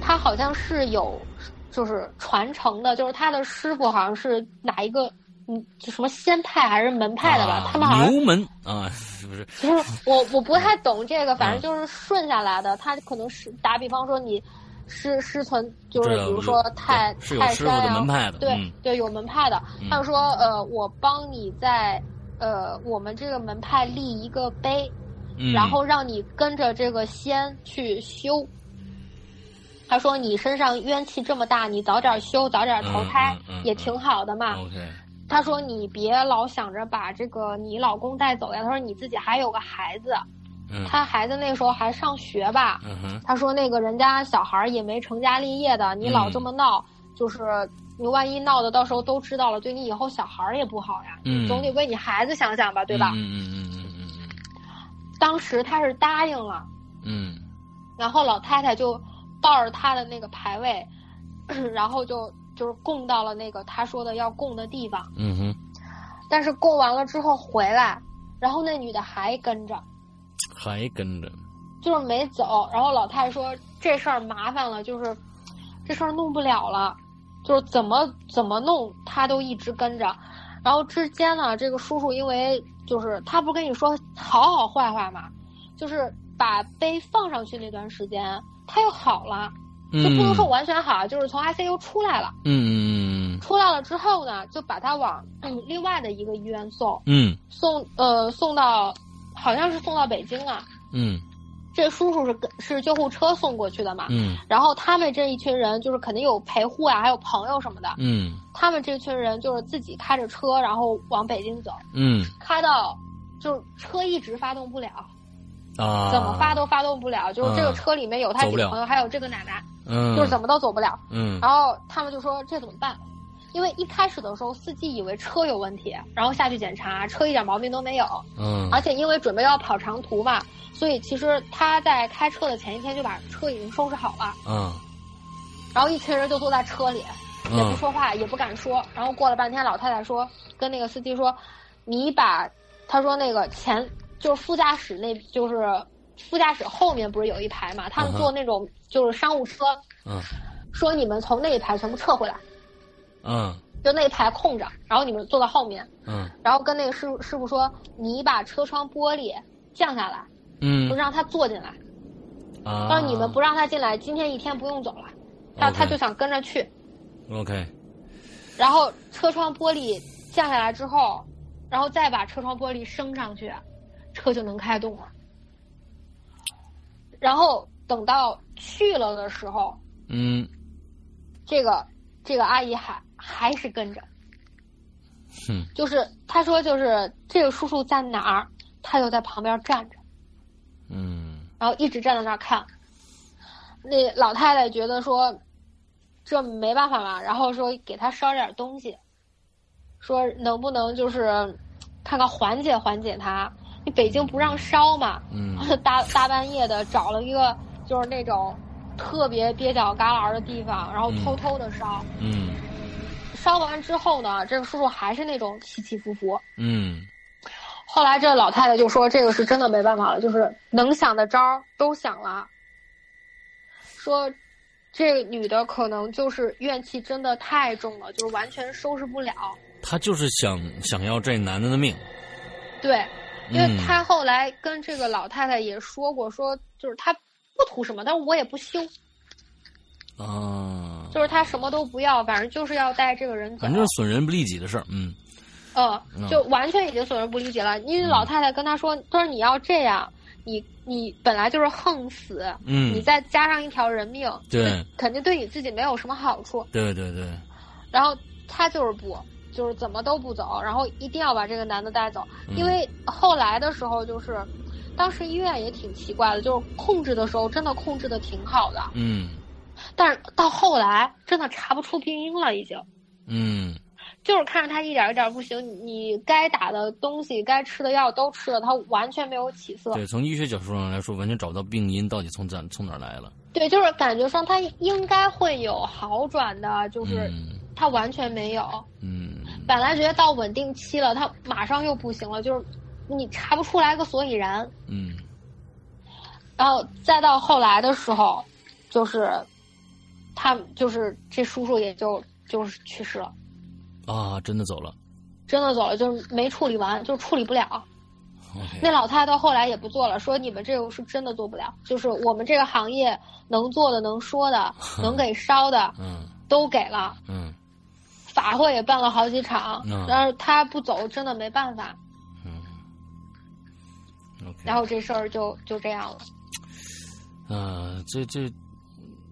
她好像是有就是传承的，就是她的师傅好像是哪一个嗯什么仙派还是门派的吧，啊他们好像牛门啊，是不是？就是我我不太懂这个，反嗯正就是顺下来的。他可能是打比方说你师师存，就是知道比如说对啊泰是有泰师傅山的啊门派的对、嗯对，有门派的嗯。他就说呃，我帮你在呃我们这个门派立一个碑，嗯，然后让你跟着这个仙去修。他说你身上冤气这么大，你早点修，早点投嗯胎、嗯嗯也嗯挺好的嘛。 OK，他说：“你别老想着把这个你老公带走呀。”他说：“你自己还有个孩子，嗯他孩子那时候还上学吧。嗯哼，他说那个人家小孩儿也没成家立业的，你老这么嗯闹，就是你万一闹的到时候都知道了，对你以后小孩儿也不好呀。嗯你总得为你孩子想想吧，对吧？嗯嗯嗯嗯当时他是答应了，嗯然后老太太就抱着他的那个牌位， 然后就就是供到了那个他说的要供的地方。嗯嗯哼，但是供完了之后回来，然后那女的还跟着，还跟着，就是没走。然后老太太说这事儿麻烦了，就是这事儿弄不了了，就是怎么怎么弄她都一直跟着。然后之间呢，这个叔叔因为就是他不跟你说好好坏坏嘛，就是把杯放上去那段时间，他又好了，嗯就不能说完全好，就是从 ICU 出来了。嗯嗯出来了之后呢，就把他往、嗯另外的一个医院送，嗯送呃送到好像是送到北京啊。嗯这叔叔是跟是救护车送过去的嘛，嗯然后他们这一群人就是肯定有陪护啊，还有朋友什么的。嗯他们这群人就是自己开着车，然后往北京走，嗯开到就是车一直发动不了，啊，嗯怎么发都发动不了，就是这个车里面有他走几不了个朋友，还有这个奶奶，嗯，就是怎么都走不了。嗯然后他们就说这怎么办？因为一开始的时候，司机以为车有问题，然后下去检查，车一点毛病都没有。嗯而且因为准备要跑长途嘛，所以其实他在开车的前一天就把车已经收拾好了。嗯然后一群人就坐在车里，也不嗯说话，也不敢说。然后过了半天，老太太说跟那个司机说：“你把，她说那个前就是副驾驶那，就是副驾驶后面不是有一排嘛？他们嗯哼坐那种就是商务车，嗯说你们从那一排全部撤回来，嗯就那一排空着，然后你们坐到后面。嗯然后跟那个师师傅说，你把车窗玻璃降下来，不嗯让他坐进来。啊，让你们不让他进来，今天一天不用走了。他他 OK 就想跟着去。” OK，然后车窗玻璃降下来之后，然后再把车窗玻璃升上去，车就能开动了。然后等到去了的时候，嗯这个这个阿姨还还是跟着，哼就是她说就是这个叔叔在哪儿，她就在旁边站着，嗯然后一直站在那儿看。那老太太觉得说这没办法嘛，然后说给他烧点东西，说能不能就是看看缓解缓解他。你北京不让烧嘛，嗯大大半夜的找了一个就是那种特别蹩脚旮旯的地方，然后偷偷的烧。嗯烧完之后呢，这个叔叔还是那种起起伏伏。嗯后来这老太太就说：“这个是真的没办法了，就是能想的招儿都想了。说这个女的可能就是怨气真的太重了，就是完全收拾不了。他就是想想要这男的的命，对，因为嗯她后来跟这个老太太也说过，说就是她不图什么，但是我也不修，啊，就是她什么都不要，反正就是要带这个人走。反正损人不利己的事儿，嗯嗯嗯，就完全已经损人不利己了。因为老太太跟她说，她说你要这样，你你本来就是横死。你嗯，再加上一条人命，对那肯定对你自己没有什么好处。对对对，然后他就是不，就是怎么都不走，然后一定要把这个男的带走，嗯因为后来的时候就是，当时医院也挺奇怪的，就是控制的时候真的控制的挺好的，嗯但是到后来真的查不出病因了，已经。嗯就是看着他一点一点不行，你该打的东西、该吃的药都吃了，他完全没有起色。对，从医学角度上来说，完全找不到病因到底从咱从哪儿来了，对，就是感觉上他应该会有好转的，就是嗯他完全没有。嗯本来觉得到稳定期了，他马上又不行了，就是你查不出来个所以然。嗯然后再到后来的时候，就是他就是这叔叔也就就是去世了，啊，真的走了真的走了，就是没处理完，就是处理不了。那，OK，老太太到后来也不做了，说你们这个是真的做不了，就是我们这个行业能做的、能说的、能给烧的嗯都给了，嗯法会也办了好几场嗯，但是他不走真的没办法。嗯，OK，然后这事儿就就这样了。啊，这这，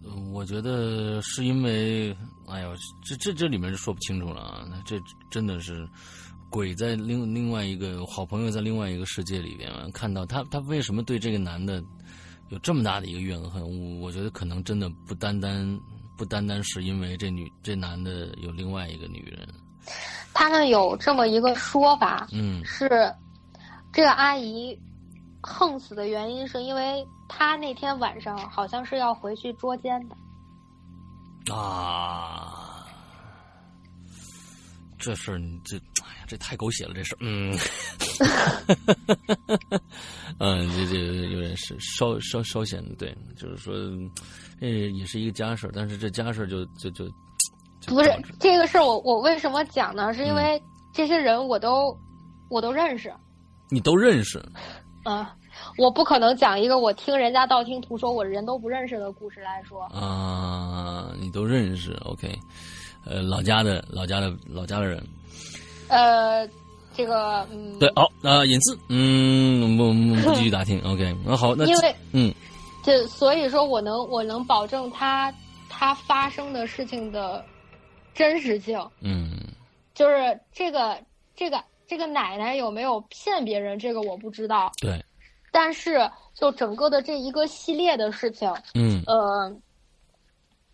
呃我觉得是因为，哎呦，这这这里面就说不清楚了啊！那这真的是鬼在另另外一个好朋友在另外一个世界里边啊看到他，他为什么对这个男的有这么大的一个怨恨？我我觉得可能真的不单单不单单是因为这女这男的有另外一个女人，他们有这么一个说法，嗯是这个阿姨横死的原因是因为她那天晚上好像是要回去捉奸的，啊。这事儿，你这，哎呀，这太狗血了，这事儿，嗯， 嗯，这这有点是稍稍稍显的，对，就是说，这也是一个家事儿，但是这家事儿就就就就不是导致嗯这个事儿。我我为什么讲呢？是因为这些人我都、我都认识，你都认识，啊，我不可能讲一个我听人家道听途说我人都不认识的故事来说。啊，你都认识，OK，呃，老家的老家的老家的人，呃，这个嗯，对，好、那隐私，嗯，我们我们不继续打听，OK，那好，那因为嗯，这所以说我能我能保证它它发生的事情的真实性，嗯就是这个这个这个奶奶有没有骗别人，这个我不知道，对，但是就整个的这一个系列的事情，嗯呃，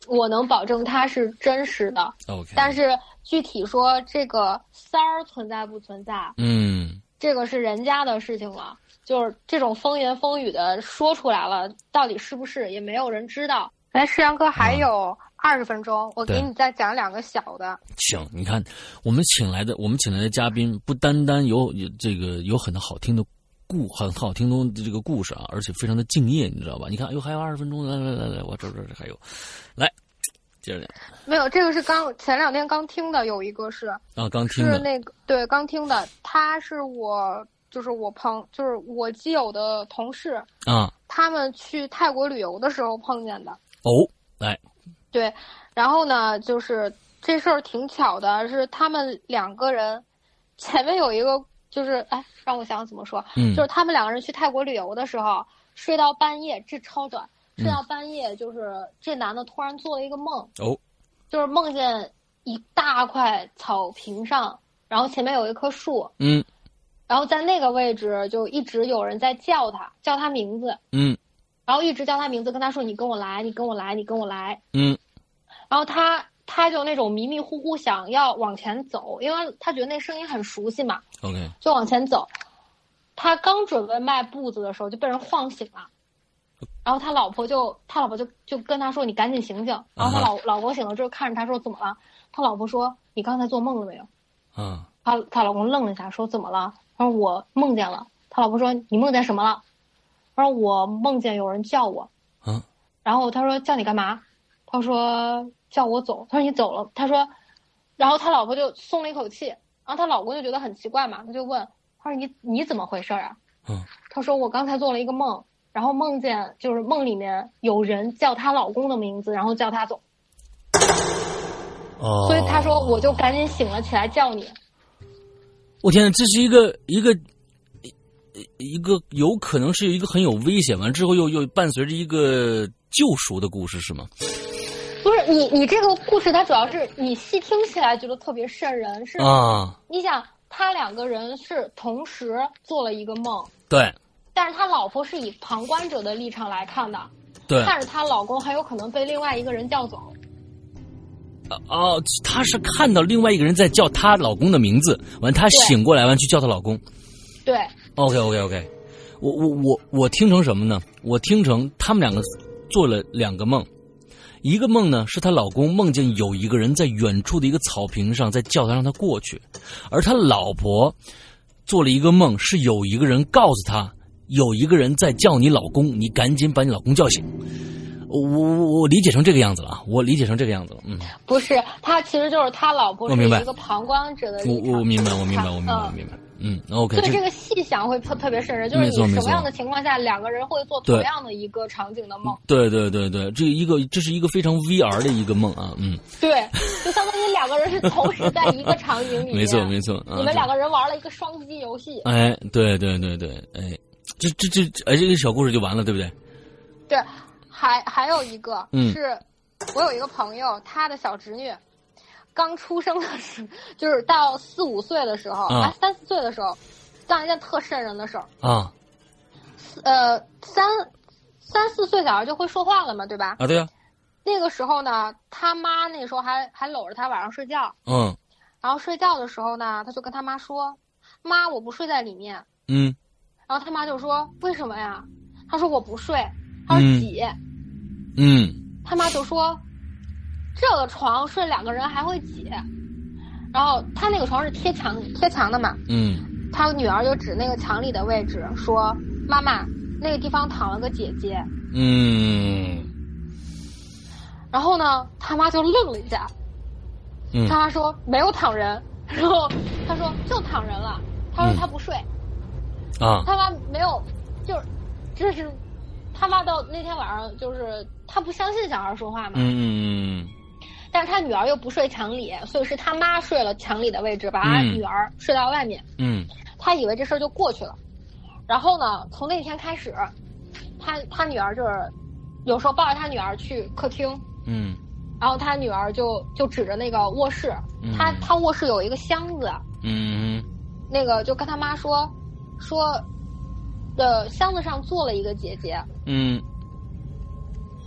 我能保证它是真实的， ，OK，但是具体说这个三儿存在不存在，嗯这个是人家的事情了。就是这种风言风语的说出来了，到底是不是也没有人知道。来，世阳哥还有二十分钟，我给对你再讲两个小的。行，你看，我们请来的我们请来的嘉宾不单单有有这个有很好听的故很好听的这个故事啊，而且非常的敬业，你知道吧？你看，哎哟，还有二十分钟，来来来来，我这这这还有，来接着讲没有，这个是刚前两天刚听的，有一个是啊，刚听是的，那个对刚听的，他是我就是我朋就是我基友的同事，啊，他们去泰国旅游的时候碰见的。哦，来，对，然后呢，就是这事儿挺巧的，是他们两个人前面有一个，就是哎，让我想想怎么说，嗯，就是他们两个人去泰国旅游的时候，睡到半夜，这超短，睡嗯到半夜，就是这男的突然做了一个梦，哦，就是梦见一大块草坪上，然后前面有一棵树，嗯然后在那个位置就一直有人在叫他，叫他名字，嗯然后一直叫他名字，跟他说你跟我来，你跟我来，你跟我来，嗯然后他他就那种迷迷糊糊想要往前走，因为他觉得那声音很熟悉嘛， ，OK，就往前走。他刚准备迈步子的时候就被人晃醒了，呃然后他老婆就他老婆就就跟他说：“你赶紧醒醒。”然后他啊哈老老公醒了之后看着他说：“怎么了？”他老婆说：“你刚才做梦了没有啊，？”他他老公愣了一下说：“怎么了？”他说：“我梦见了。”他老婆说：“你梦见什么了？”他说：“我梦见有人叫我。”啊，然后他说叫你干嘛？他说叫我走。他说你走了。他说，然后他老婆就松了一口气。然后她老公就觉得很奇怪嘛，他就问他说你你怎么回事啊？嗯，他说我刚才做了一个梦，然后梦见就是梦里面有人叫她老公的名字，然后叫她走。哦，所以他说我就赶紧醒了起来叫你。我天，这是一个一个一一个有可能是一个很有危险，完之后又又伴随着一个救赎的故事，是吗？不是你你这个故事，它主要是你细听起来觉得特别瘆人， 是、啊，你想他两个人是同时做了一个梦。对但是他老婆是以旁观者的立场来看的，对，看着她老公很有可能被另外一个人叫走。哦，她是看到另外一个人在叫她老公的名字，完她对醒过来，完去叫她老公。对， OK OK OK，我我我我听成什么呢？我听成他们两个做了两个梦，一个梦呢是她老公梦见有一个人在远处的一个草坪上在叫她，让她过去，而她老婆做了一个梦，是有一个人告诉她有一个人在叫你老公，你赶紧把你老公叫醒。我我我理解成这个样子了啊，我理解成这个样子了，嗯。不是他，其实就是他老婆我是明白一个旁观者的我立场。我明白，我明白，我明白，嗯我明白。嗯，OK，所以这这个细想会特特别瘆人，就是没你错什没么错样的情况下两个人会做同对样的一个场景的梦？对对对对，这一个这是一个非常 VR 的一个梦 啊，嗯，对，就相当于两个人是同时在一个场景里 面。没错没错，啊你们两个人玩了一个双机游戏，这哎，对对对对，哎，这这这，哎，这个小故事就完了，对不对？对，还还有一个、嗯是，我有一个朋友，他的小侄女刚出生的时， 就是到四五岁的时候，啊哎、三四岁的时候，干了一件特瘆人的事儿。啊呃，三三四岁小孩就会说话了嘛，对吧？啊，对啊，那个时候呢，他妈那时候还还搂着他晚上睡觉，嗯然后睡觉的时候呢，他就跟他妈说：“妈，我不睡在里面。”嗯然后他妈就说：“为什么呀？”他说：“我不睡。”他说：“嗯姐。嗯，他妈就说：“这个床睡两个人还会挤。”然后他那个床是贴墙贴墙的嘛，嗯他女儿就指那个墙里的位置说：“妈妈，那个地方躺了个姐姐。嗯”然后呢，他妈就愣了一下，嗯他妈说：“没有躺人。”然后他说：“就躺人了。”他说：“嗯他不睡。啊他妈没有，就是这是他妈到那天晚上，就是他不相信小孩说话嘛，嗯嗯但是他女儿又不睡墙里，所以是他妈睡了墙里的位置，把他嗯女儿睡到外面。嗯他以为这事儿就过去了。然后呢，从那天开始，他他女儿就是有时候抱着他女儿去客厅，嗯然后他女儿就就指着那个卧室嗯，他他卧室有一个箱子，嗯嗯那个就跟他妈说说，呃，箱子上坐了一个姐姐，嗯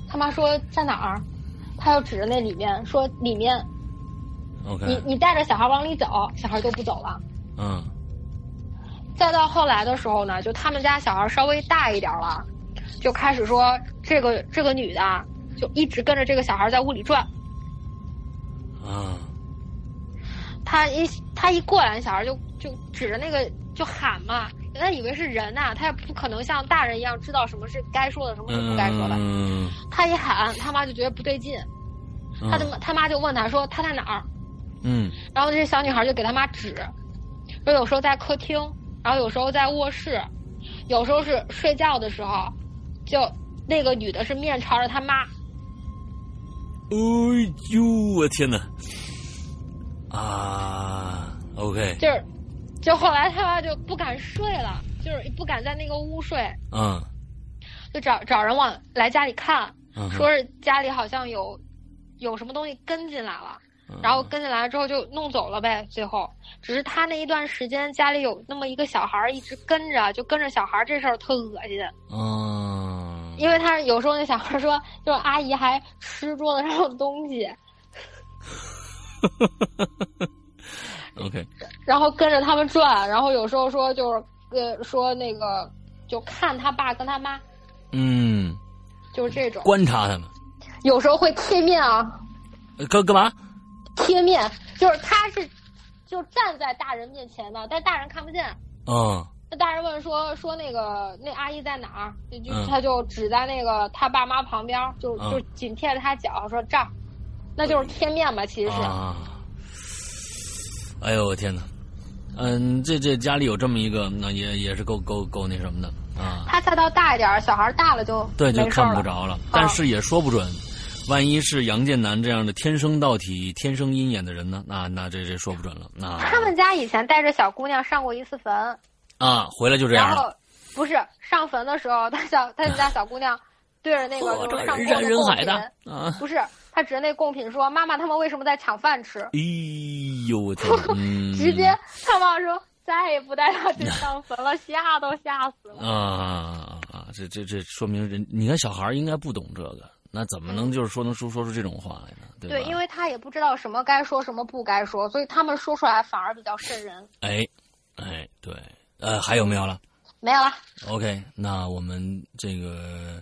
他妈说在哪儿，他又指着那里面说里面， ，OK，你你带着小孩往里走，小孩就不走了。嗯再到后来的时候呢，就他们家小孩稍微大一点了，就开始说这个这个女的啊就一直跟着这个小孩在屋里转，啊他一他一过来，小孩就就指着那个就喊嘛，他以为是人呐、他也不可能像大人一样知道什么是该说的，什么是不该说的。嗯他一喊，他妈就觉得不对劲，他的妈他妈就问他说他在哪儿，嗯然后这小女孩就给他妈指，说有时候在客厅，然后有时候在卧室，有时候是睡觉的时候，就那个女的是面朝着他妈，哎呦我天哪啊 OK 就是，就后来他妈就不敢睡了，就是不敢在那个屋睡，嗯就找找人往来家里看，嗯说是家里好像有有什么东西跟进来了，嗯然后跟进来了之后就弄走了呗。最后，只是他那一段时间家里有那么一个小孩儿一直跟着，就跟着小孩儿这事儿特恶心，嗯因为他有时候那小孩儿说，就是阿姨还吃桌子上的东西， OK 然后跟着他们转，然后有时候说就是呃说那个就看他爸跟他妈，嗯就是这种，观察他们有时候会贴面啊，呃干干嘛贴面，就是他是就站在大人面前的，但大人看不见。嗯那大人问说说那个那阿姨在哪儿？就就嗯他就指在那个他爸妈旁边，就嗯就紧贴着他脚说这儿，那就是贴面吧，其实是。啊！哎呦我天哪！嗯，这这家里有这么一个，那也也是够够够那什么的啊。他再到大一点儿，小孩大了就对，就没事儿看了不。着了，但是也说不准，万一是杨建南这样的天生道体、天生阴眼的人呢？那那这这说不准了。那他们家以前带着小姑娘上过一次坟，啊，回来就这样然了，后不是上坟的时候，他小他们家小姑娘对 着那个我就这是上人供山的人贡海的品，啊！不是他指着那贡品说：“妈妈，他们为什么在抢饭吃？”哎呦我天哪，嗯， 直接他妈说再也不带 他去上坟了，吓都吓死了。啊啊啊！这这这说明人，你看小孩儿应该不懂这个，那怎么能就是说能说说出这种话来呢？对吧？嗯对，因为他也不知道什么该说，什么不该说，所以他们说出来反而比较瘆人。哎，哎，对，呃，还有没有了没有了， ？OK，那我们这个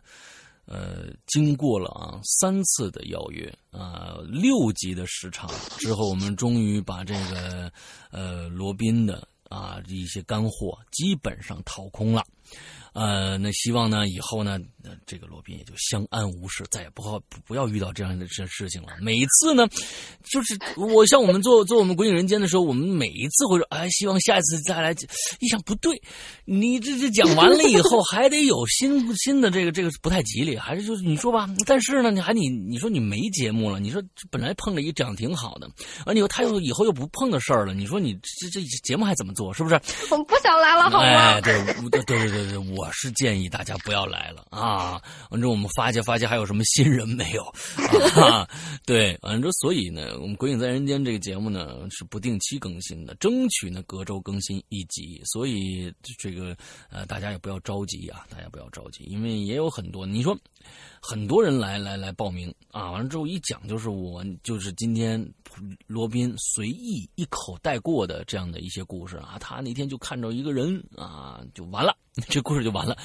呃，经过了啊三次的邀约啊、六集的时长之后，我们终于把这个呃罗宾的啊一些干货基本上掏空了。呃，那希望呢，以后呢，呃这个罗宾也就相安无事，再也不好不不要遇到这样的这事情了。每一次呢，就是我像我们做做我们《鬼影人间》的时候，我们每一次会说，哎，希望下一次再来。一想不对，你这这讲完了以后，还得有新新的这个这个不太吉利，还是就是你说吧。但是呢，你还你你说你没节目了，你说这本来碰着一讲挺好的，啊，你又他又以后又不碰的事儿了，你说你这这这节目还怎么做？是不是？我们不想来了，好哎，吗？对，我对对对对，我是建议大家不要来了啊！反正我们发掘发掘还有什么新人没有啊？ 对，反正所以呢，我们《鬼影在人间》这个节目呢是不定期更新的，争取呢隔周更新一集。所以这个呃，大家也不要着急啊，大家不要着急，因为也有很多你说很多人来来来报名啊，完了之后一讲就是我就是今天罗宾随意一口带过的这样的一些故事啊，他那天就看着一个人啊，就完了， 这故事就完了，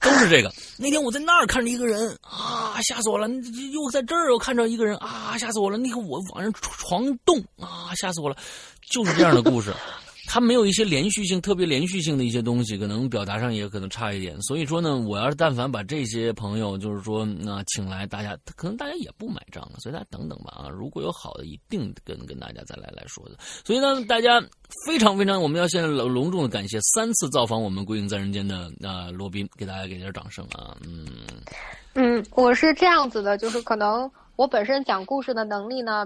都是这个。那天我在那儿看着一个人啊，吓死我了！你这又在这儿又看着一个人啊，吓死我了！那个我晚上床动啊，吓死我了，就是这样的故事。他没有一些连续性、特别连续性的一些东西，可能表达上也可能差一点。所以说呢，我要是但凡把这些朋友，就是说那、呃请来，大家可能大家也不买账了，所以大家等等吧啊，如果有好的，一定跟跟大家再来来说的。所以呢，大家非常非常，我们要先隆隆重的感谢三次造访我们《归隐在人间》的啊、呃罗宾，给大家给点掌声啊，嗯嗯，我是这样子的，就是可能我本身讲故事的能力呢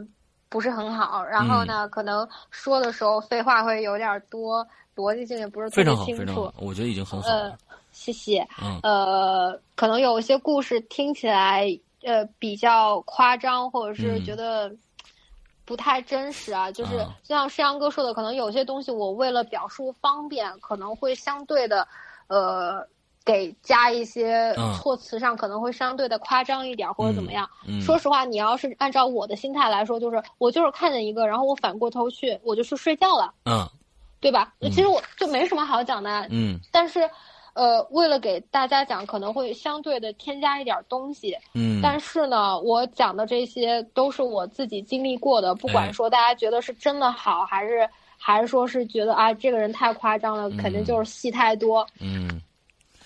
不是很好，然后嗯呢，可能说的时候废话会有点多，逻辑性也不是特非别常好，非清常楚好。，我觉得已经很好呃了，，谢谢。嗯呃，可能有一些故事听起来呃比较夸张，或者是嗯觉得不太真实啊。就是啊就像诗阳哥说的，可能有些东西我为了表述方便，可能会相对的呃给加一些嗯措辞上可能会相对的夸张一点，或者怎么样。嗯，说实话，你要是按照我的心态来说，就是我就是看见一个，然后我反过头去我就去睡觉了，嗯对吧？嗯其实我就没什么好讲的，啊嗯但是，呃，为了给大家讲，可能会相对的添加一点东西。嗯，但是呢，我讲的这些都是我自己经历过的，不哎管说大家觉得是真的好，还是还是说是觉得啊这个人太夸张了，肯定就是戏太多。嗯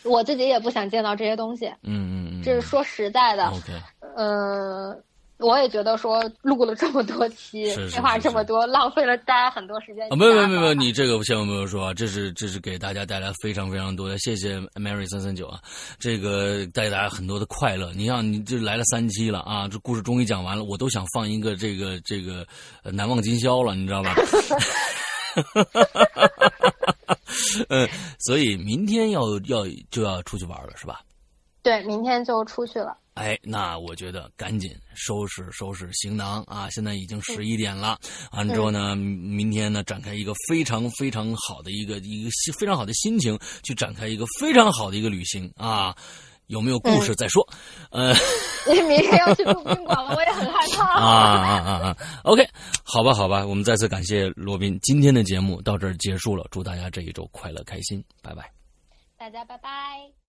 我自己也不想见到这些东西，嗯嗯嗯，哦这是说实在的。 OK，嗯、我也觉得说录了这么多期是，是废话是这么是多，浪费了大家很多时间。啊，没有没有没有没有，你这个千万不要说啊，这是这是给大家带来非常非常多的，谢谢 Mary 三三九啊，这个带给大家很多的快乐。你像你这来了三期了啊，这故事终于讲完了，我都想放一个这个这个、呃难忘今宵了，你知道吧？ 呃，所以明天要要就要出去玩了，是吧？对，明天就出去了。哎，那我觉得赶紧收拾收拾行囊啊！现在已经十一点了，完了之后呢，明天呢展开一个非常非常好的一个一个心非常好的心情，去展开一个非常好的一个旅行啊！有没有故事再说？呃。你明天要去住宾馆了，我也很害 怕。啊啊啊啊！OK，好吧，好吧，我们再次感谢罗宾，今天的节目到这儿结束了，祝大家这一周快乐开心，拜拜。大家拜拜。